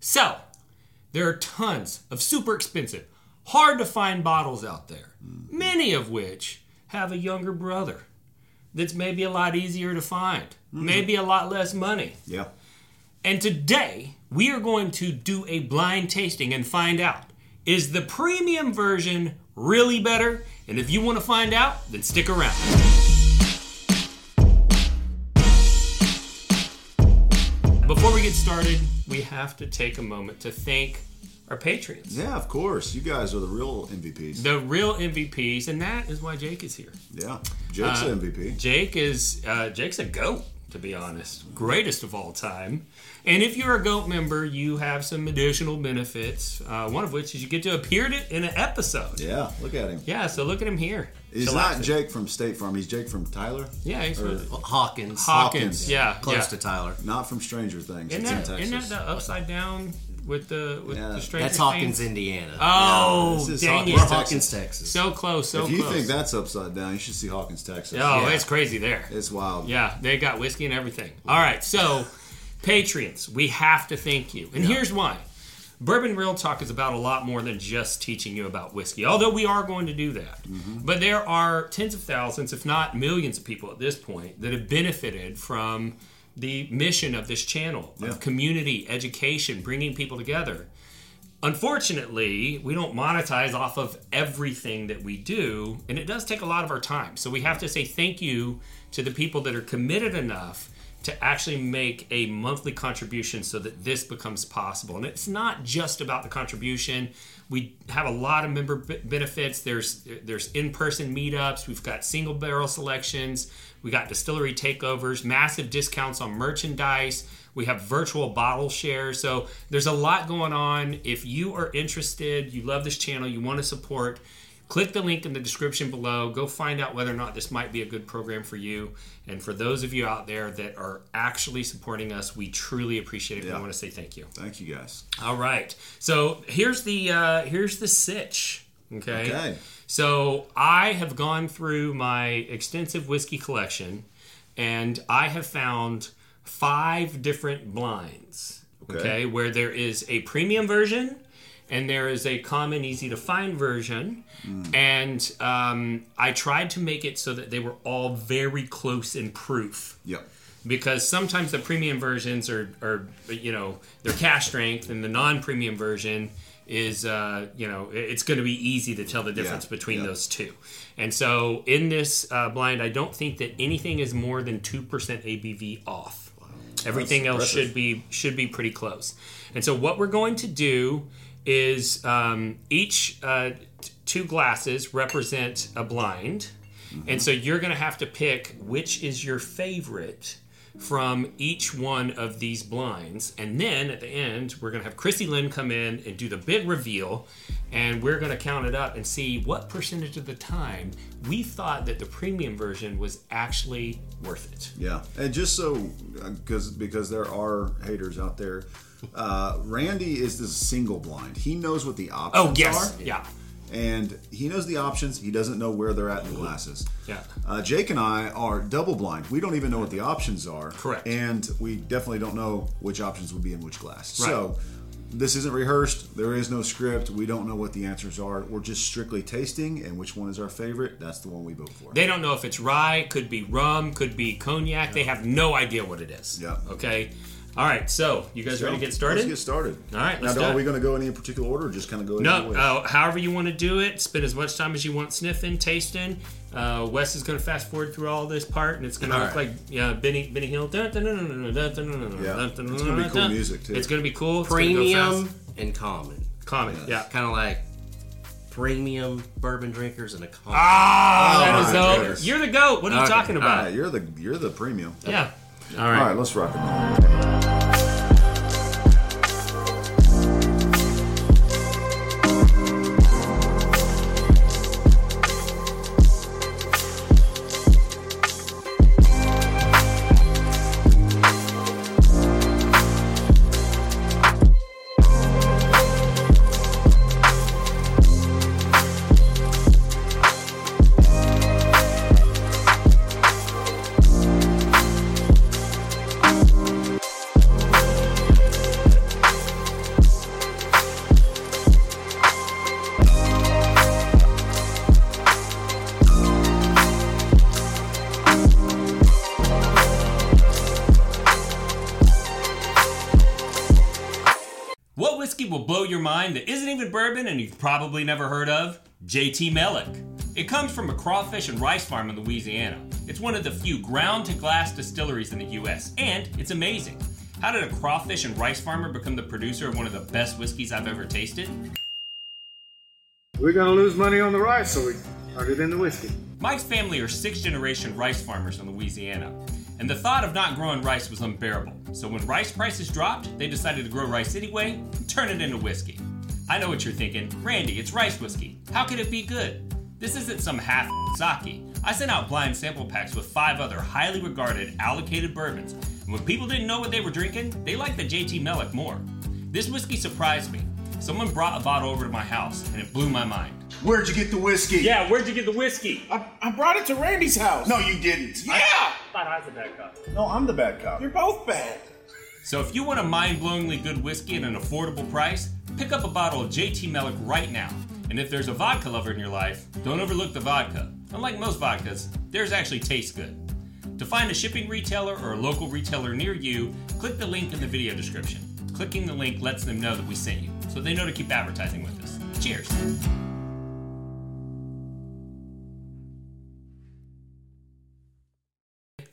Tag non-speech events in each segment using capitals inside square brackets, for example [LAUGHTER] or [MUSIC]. So, there are tons of super expensive, hard to find bottles out there, many of which have a younger brother that's maybe a lot easier to find, maybe a lot less money. Yeah. And today, we are going to do a blind tasting and find out is the premium version really better? And if you want to find out, then stick around. Before we get started, we have to take a moment to thank our patrons. Yeah, of course. You guys are the real MVPs. The real MVPs, and that is why Jake is here. Yeah. Jake's Uh, the MVP. Jake is uh, Jake's a goat, to be honest, greatest of all time. And if you're a goat member, you have some additional benefits. Uh, one of which is you get to appear to, in an episode. Yeah. Yeah, look at him. so look at him here. He's Chillaxing. not Jake from State Farm. He's Jake from Tyler. Yeah, he's Or- with- Hawkins. Hawkins. Hawkins. Yeah, Close yeah. to Tyler. Not from Stranger Things. Isn't it's that, in isn't Texas. that the upside down with the with Yeah. the stranger? That's Hawkins, Things? Indiana. Oh, This is dang Hawkins, it! Texas. Hawkins, Texas. So close, so if you close. think that's upside down, you should see Hawkins, Texas. oh, yeah. it's crazy there. It's wild. Yeah, they got whiskey and everything. All right, so Patriots, we have to thank you. And here's why. Bourbon Real Talk is about a lot more than just teaching you about whiskey, although we are going to do that. But there are tens of thousands, if not millions, of people at this point that have benefited from the mission of this channel Yeah. of community, education, bringing people together unfortunately, we don't monetize off of everything that we do, and it does take a lot of our time. So we have to say thank you to the people that are committed enough to actually make a monthly contribution so that this becomes possible. And it's not just about the contribution. We have a lot of member b- benefits. There's there's in-person meetups. We've got single barrel selections. We got distillery takeovers, massive discounts on merchandise. We have virtual bottle shares. So there's a lot going on. If you are interested, you love this channel, you want to support, click the link in the description below. Go find out whether or not this might be a good program for you. And for those of you out there that are actually supporting us, we truly appreciate it. Yeah. We want to say thank you. Thank you guys. All right. So here's the uh, here's the sitch. Okay. Okay. So I have gone through my extensive whiskey collection, and I have found five different blinds. Okay. Okay. Where there is a premium version, and there is a common, easy to find version, Hmm. and um, I tried to make it so that they were all very close in proof Yep. because sometimes the premium versions are, are you know they're cash strength and the non-premium version is uh, you know it- it's going to be easy to tell the difference Yeah, between yeah. those two and so in this uh, blind i don't think that anything is more than 2% abv off everything else impressive. should be should be pretty close and so what we're going to do is um, each uh, t- two glasses represent a blind and so you're going to have to pick which is your favorite from each one of these blinds. And then at the end, we're going to have Chrissy Lynn come in and do the big reveal. And we're going to count it up and see what percentage of the time we thought that the premium version was actually worth it. Yeah, and just so because because there are haters out there, uh, Randy is the single blind. He knows what the options Oh, yes. are, Yeah. and he knows the options. He doesn't know where they're at in the glasses. Yeah. Uh, Jake and I are double blind. We don't even know what the options are. Correct. And we definitely don't know which options would be in which glass. So this isn't rehearsed. There is no script. We don't know what the answers are. We're just strictly tasting, and which one is our favorite? That's the one we vote for. They don't know if it's rye, could be rum, could be cognac. They have no idea what it is. Yeah. Okay. All right. So, you guys ready to get Let's started? get started. All right, let's now, do are it. we going to go in any particular order? Or just kind of go. either No, way? uh, however you want to do it. Spend as much time as you want sniffing, tasting. Uh, Wes is going to fast forward through all this part, and it's going to All look right. like yeah, Benny Benny Hill. Yeah, it's it's gonna going be cool music, too. It's going to be cool. It's gonna go premium fast. and common. common. Yeah. Kind of like premium bourbon drinkers and a common. Ah, Oh, that my is goodness. so. You're the goat. What are you Okay, talking all about? Yeah, you're the you're the premium. uh, Yeah. All All right. right, let's rock and roll. What whiskey will blow your mind that isn't even bourbon and you've probably never heard of? JT Melick. It comes from a crawfish and rice farm in Louisiana. It's one of the few ground to glass distilleries in the US, and it's amazing. How did a crawfish and rice farmer become the producer of one of the best whiskeys I've ever tasted? We're gonna lose money on the rice, so we turned it into whiskey. Mike's family are sixth generation rice farmers in Louisiana, and the thought of not growing rice was unbearable. So when rice prices dropped, they decided to grow rice anyway and turn it into whiskey. I know what you're thinking Randy, it's rice whiskey. How could it be good? This isn't some half sake. I sent out blind sample packs with five other highly regarded allocated bourbons, and when people didn't know what they were drinking, they liked the JT Melick more. This whiskey surprised me. Someone brought a bottle over to my house, and it blew my mind. Where'd you get the whiskey? Yeah, where'd you get the whiskey? I, I brought it to Randy's house. No, you didn't. Yeah. thought I was a bad cop. No, I'm the bad cop. You're both bad. So if you want a mind-blowingly good whiskey at an affordable price, pick up a bottle of JT Melick right now. And if there's a vodka lover in your life, don't overlook the vodka. Unlike most vodkas, theirs actually tastes good. To find a shipping retailer or a local retailer near you, click the link in the video description. Clicking the link lets them know that we sent you, so they know to keep advertising with us. Cheers!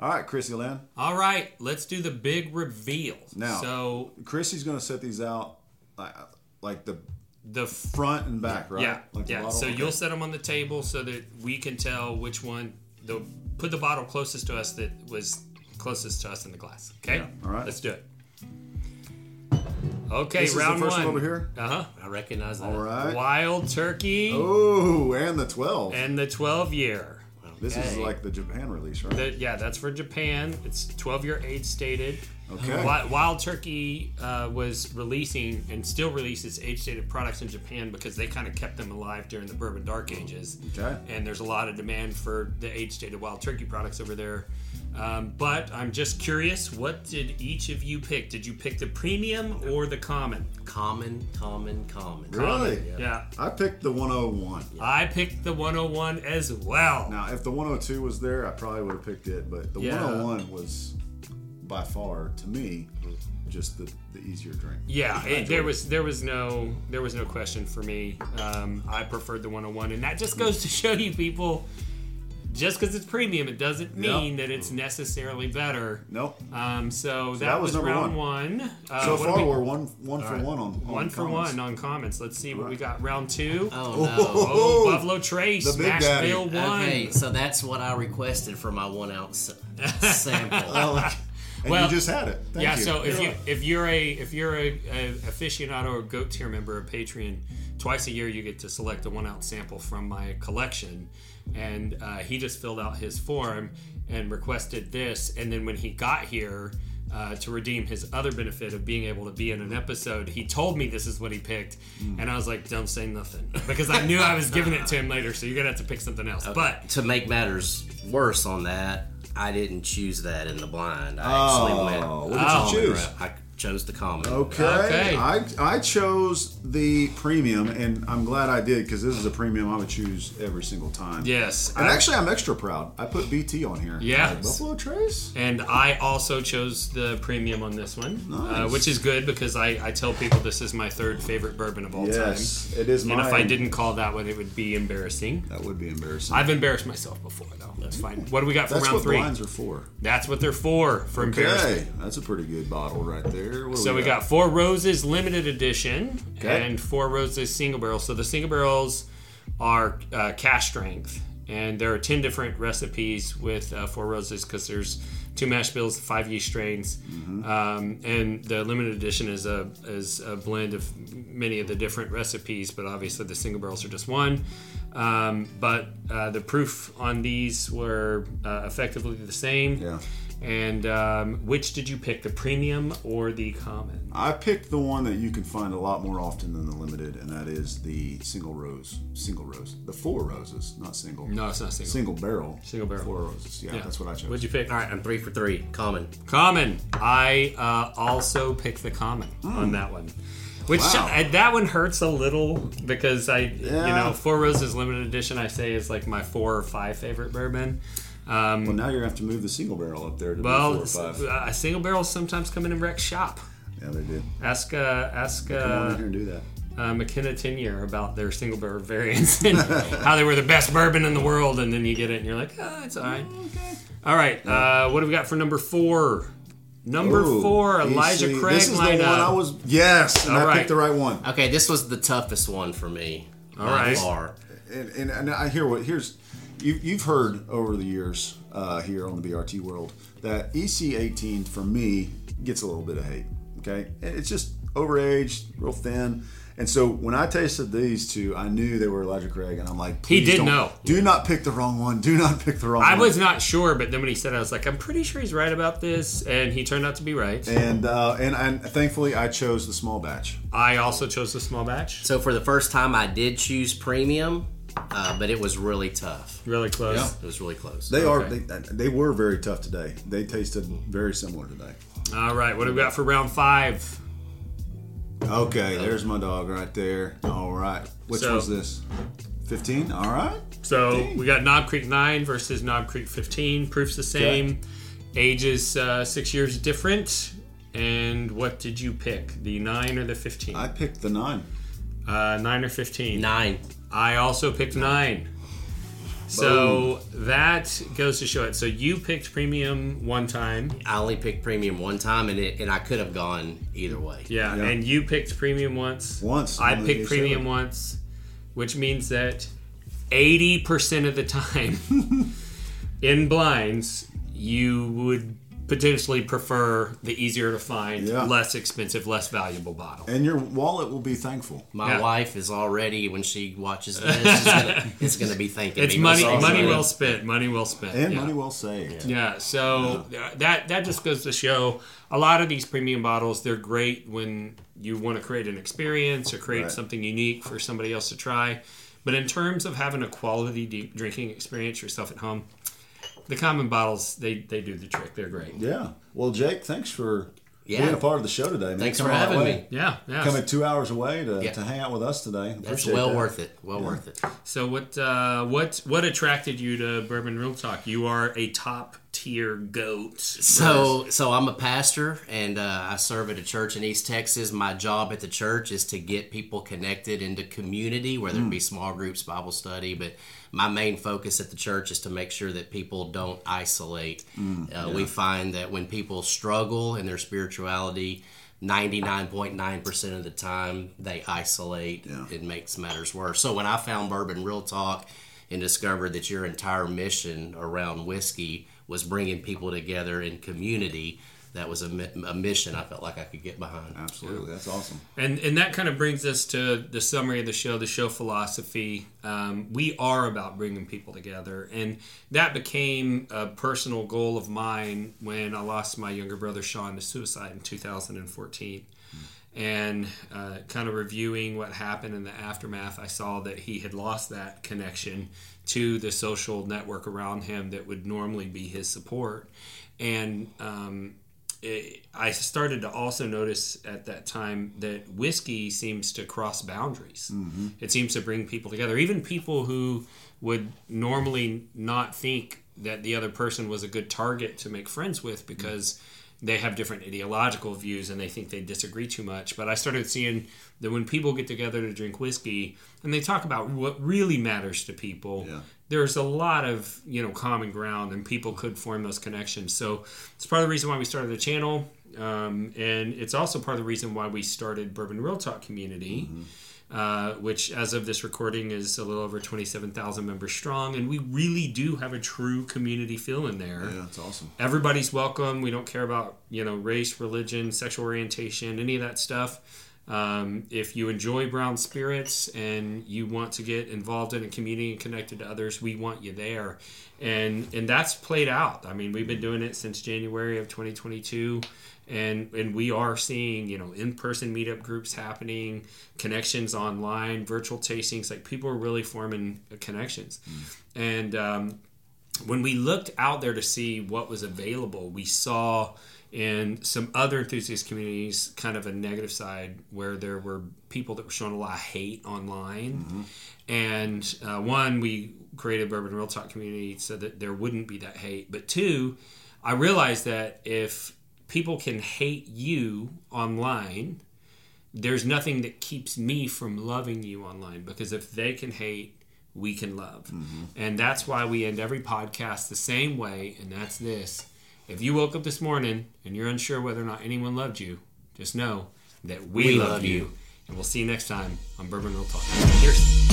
All right, Chrissy Lynn. All right, let's do the big reveal. Now- so Chrissy's going to set these out like, like the the front. front and back, right? Yeah, Like the yeah. bottle? So Okay. you'll set them on the table so that we can tell which one. The put the bottle closest to us that was closest to us in the glass. Okay. all right. Let's do it. Okay, This is the round first one. one over here? Uh huh. I recognize that. All right. Wild turkey Oh, and the 12. and the twelve year. this is Okay. like the Japan release, right? The- yeah, that's for Japan. It's twelve year age stated. Okay. Wi- Wild Turkey uh, was releasing and still releases age stated products in Japan because they kind of kept them alive during the bourbon dark ages. Okay. And there's a lot of demand for the age stated Wild Turkey products over there. Um, but I'm just curious, what did each of you pick? Did you pick the premium or the common? Common, common, common. really? Yeah. I picked the 101. I picked the 101 as well. Now, if the 102 was there, I probably would have picked it, but the Yeah. 101 was by far, to me, just the, the easier drink. Yeah, it, there was there was no there was no question for me. Um, I preferred the 101, and that just goes to [LAUGHS] show you people, just because it's premium, it doesn't mean that it's necessarily better. Nope. Um, so, that, that was, was number round one. Uh, so what do far, we- we, are one, one for right. one on, on one for comments. one on comments. Let's see what we got. Round two. Oh, Oh [LAUGHS] Oh, Buffalo Trace, the Big Daddy. Nashville no. one. Okay, so that's what I requested for my one ounce [LAUGHS] sample. Oh, okay. and Well, you just had it. Thank yeah, you. so if Yeah. you if you're a if you're a, a aficionado or goat tier member of Patreon, twice a year you get to select a one ounce sample from my collection, and uh, he just filled out his form and requested this, and then when he got here. Uh, to redeem his other benefit of being able to be in an episode, he told me this is what he picked, Hmm. and I was like, "Don't say nothing," because I knew I was giving it to him later. So you're gonna have to pick something else. But to make matters worse on that, I didn't choose that in the blind. I actually went. Oh, what did you common choose? route. I chose the common. Okay. Okay. I, I chose the premium, and I'm glad I did because this is a premium I would choose every single time. yes, And I- actually, I'm extra proud. I put BT on here. Yeah. Like, Buffalo Trace? And I also chose the premium on this one, uh, Nice. which is good because I, I tell people this is my third favorite bourbon of all Yes. time. It is mine. And if I didn't call that one, it would be embarrassing. That would be embarrassing. I've embarrassed myself before, though. That's fine. What do we got for That's round what three? blinds are for. That's what they're for, for embarrassment. Okay. That's a pretty good bottle right there. What do So we got Four Roses Limited Edition Okay. and Four Roses Single Barrels. So the Single Barrels are uh, cash strength, and there are 10 different recipes with uh, Four Roses because there's two mash bills, five yeast strains, um, and the limited edition is a is a blend of many of the different recipes, but obviously the Single Barrels are just one. Um, but uh, the proof on these were uh, effectively the same. Yeah. And um, which did you pick, the premium or the common? I picked the one that you can find a lot more often than the limited, and that is the single rose. Single rose. The four roses, not single. No, it's not single. Single barrel. Single barrel. Four roses. Yeah, Yeah. that's what I chose. What'd you pick? All right, I'm three for three. Common. Common. I uh, also picked the common on that one. Which Hmm. Wow. uh, that one hurts a little because I, you Yeah. know, Four Roses limited edition. I say is like my four or five favorite bourbon. Um, Well, now you're gonna have to move the single barrel up there to be well, four or five. uh, single barrels sometimes come in and wreck shop. Yeah, they did. Ask uh, ask Come on in here uh, and do that. uh, McKenna Tenier about their single barrel variants [LAUGHS] and how they were the best bourbon in the world, and then you get it and you're like, oh, it's all right. All right, uh, what do we got for number four? Number Ooh, four, you Elijah see, Craig This is the one lineup. I was. Yes, and All I right. picked the right one. Okay, this was the toughest one for me. All right. Far. and, and, and I hear what here's you, you've heard over the years uh, here on the BRT world that EC18 for me gets a little bit of hate. Okay, And it's just overaged, real thin. And so when I tasted these two, I knew they were Elijah Craig, and I'm like, He please did don't- know. Do not pick the wrong one. Do not pick the wrong. I one. was not sure, but then when he said, it, I was like, I'm pretty sure he's right about this, and he turned out to be right. And uh, and and thankfully I chose the small batch. I also chose the small batch. So for the first time, I did choose premium, uh, but it was really tough. Really close. Yeah. It was really close. They Okay. are they, they were very tough today. They tasted very similar today. All right, what do we got for round five? Okay, there's my dog right there. All right. Which So- was this? 15? All right. So we got Knob Creek 9 versus Knob Creek 15. Proof's the same. Age is uh, six years different. And what did you pick? The 9 or the 15? I picked the 9. uh, 9 or 15? Nine. I also picked 9. So that goes to show it. So you picked premium one time. I only picked premium one time, and it and I could have gone either way. Yeah, Yeah. and you picked premium once. Once, I on the picked VH7. premium once, which means that 80% of the time [LAUGHS] in blinds, you would potentially prefer the easier to find, Yeah. less expensive, less valuable bottle. And your wallet will be thankful. My Yeah. wife is already when she watches this, it's gonna, it's gonna be thanking It's me. money It's money awesome. well spent, money well spent. And yeah. money well saved. Yeah, so uh, that that just goes to show a lot of these premium bottles they're great when you want to create an experience or create Right. something unique for somebody else to try. But in terms of having a quality deep drinking experience yourself at home, the common bottles they they do the trick. They're great. Yeah. Well, Jake, thanks for Yeah. being a part of the show today. Man. Thanks Coming for all the having way- me. Yeah, yeah. Coming two hours away to, Yeah. to hang out with us today. That's Appreciate well that. worth it. Well worth it. So what uh, what what attracted you to Bourbon Real Talk? You are a top tier goat. So, so I'm a pastor and uh, I serve at a church in East Texas. My job at the church is to get people connected into community, whether it be small groups, Bible study. But my main focus at the church is to make sure that people don't isolate. uh, We find that when people struggle in their spirituality, 99.9% of the time they isolate. It makes matters worse. So when I found Bourbon Real Talk and discovered that your entire mission around whiskey was bringing people together in community, that was a, mi- a mission I felt like I could get behind. Absolutely. That's awesome. And and that kind of brings us to the summary of the show, the show philosophy. Um, we are about bringing people together, and that became a personal goal of mine when I lost my younger brother Sean to suicide in 2014. And uh, kind of reviewing what happened in the aftermath, I saw that he had lost that connection to the social network around him that would normally be his support. And um, it, I started to also notice at that time that whiskey seems to cross boundaries. It seems to bring people together, even people who would normally not think that the other person was a good target to make friends with because they have different ideological views and they think they disagree too much. But I started seeing that when people get together to drink whiskey and they talk about what really matters to people, Yeah. there's a lot of you know common ground and people could form those connections so it's part of the reason why we started the channel um, and it's also part of the reason why we started bourbon real talk community uh, which as of this recording is a little over 27000 members strong and we really do have a true community feel in there Yeah, that's awesome. everybody's welcome. We don't care about you know race, religion, sexual orientation, any of that stuff. Um, if you enjoy brown spirits and you want to get involved in a community and connected to others, we want you there, and and that's played out. I mean, we've been doing it since January of 2022, and and we are seeing you know in-person meetup groups happening, connections online, virtual tastings. Like people are really forming connections, and um, when we looked out there to see what was available, we saw in some other enthusiast communities kind of a negative side where there were people that were showing a lot of hate online. And uh, one, we created Bourbon Real Talk community so that there wouldn't be that hate. But two, I realized that if people can hate you online. There's nothing that keeps me from loving you online because if they can hate, we can love. And that's why we end every podcast the same way, and that's this. If you woke up this morning and you're unsure whether or not anyone loved you, just know that we, love, love you. you. And we'll see you next time on Bourbon Real Talk. Cheers.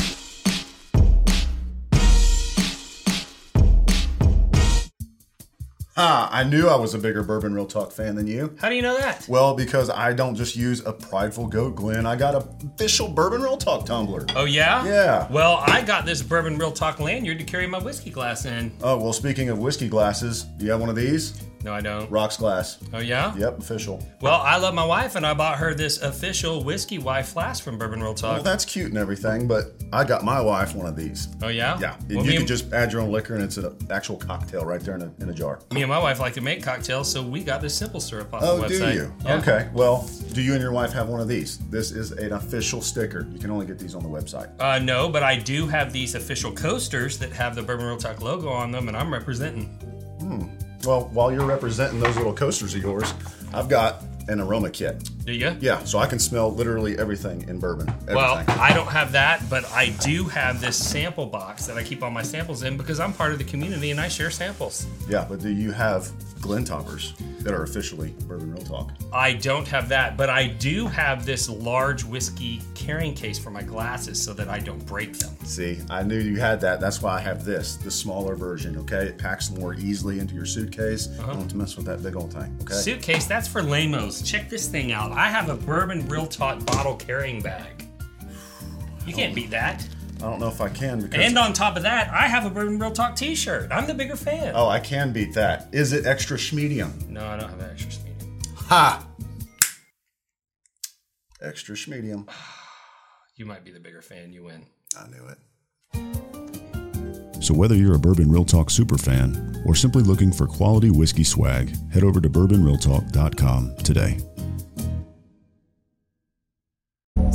Ah, I knew I was a bigger Bourbon Real Talk fan than you. How do you know that? Well, because I don't just use a prideful goat, Glenn. I got a official Bourbon Real Talk tumbler. Oh yeah. Yeah. Well, I got this bourbon real talk lanyard to carry my whiskey glass in. Oh, well, speaking of whiskey glasses, do you have one of these? No, I don't. Rocks glass. Oh yeah. Yep, official. Well, I love my wife, and I bought her this official whiskey wife flask from Bourbon Real Talk. Well, that's cute and everything, but I got my wife one of these. oh yeah. Yeah, and Well, you me, can just add your own liquor, and it's an actual cocktail right there in a, in a jar. me and my wife like to make cocktails, so we got this simple syrup off Oh, the website. do you? Yeah. Okay. Well, do you and your wife have one of these? This is an official sticker. You can only get these on the website. Uh, no, but I do have these official coasters that have the Bourbon Real Talk logo on them, and I'm representing. Well, while you're representing those little coasters of yours, I've got an aroma kit. Do you? Yeah, so I can smell literally everything in bourbon. Everything. Well, I don't have that, but I do have this sample box that I keep all my samples in because I'm part of the community and I share samples. yeah, but do you have Glen Toppers that are officially Bourbon Real Talk? I don't have that, but I do have this large whiskey carrying case for my glasses so that I don't break them. See, I knew you had that. That's why I have this, the smaller version, okay? It packs more easily into your suitcase. Don't mess with that big old thing, okay? Suitcase, that's for lamos. Check this thing out. I have a bourbon real talk bottle carrying bag. You can't beat that. I don't know if I can because. And on top of that, I have a bourbon real talk T-shirt. I'm the bigger fan. oh, I can beat that. Is it extra schmedium? No, I don't have an extra sneaker. Ha! Extra schmedium. You might be the bigger fan. You win. I knew it. So, whether you're a Bourbon Real Talk superfan or simply looking for quality whiskey swag, head over to bourbonrealtalk.com today.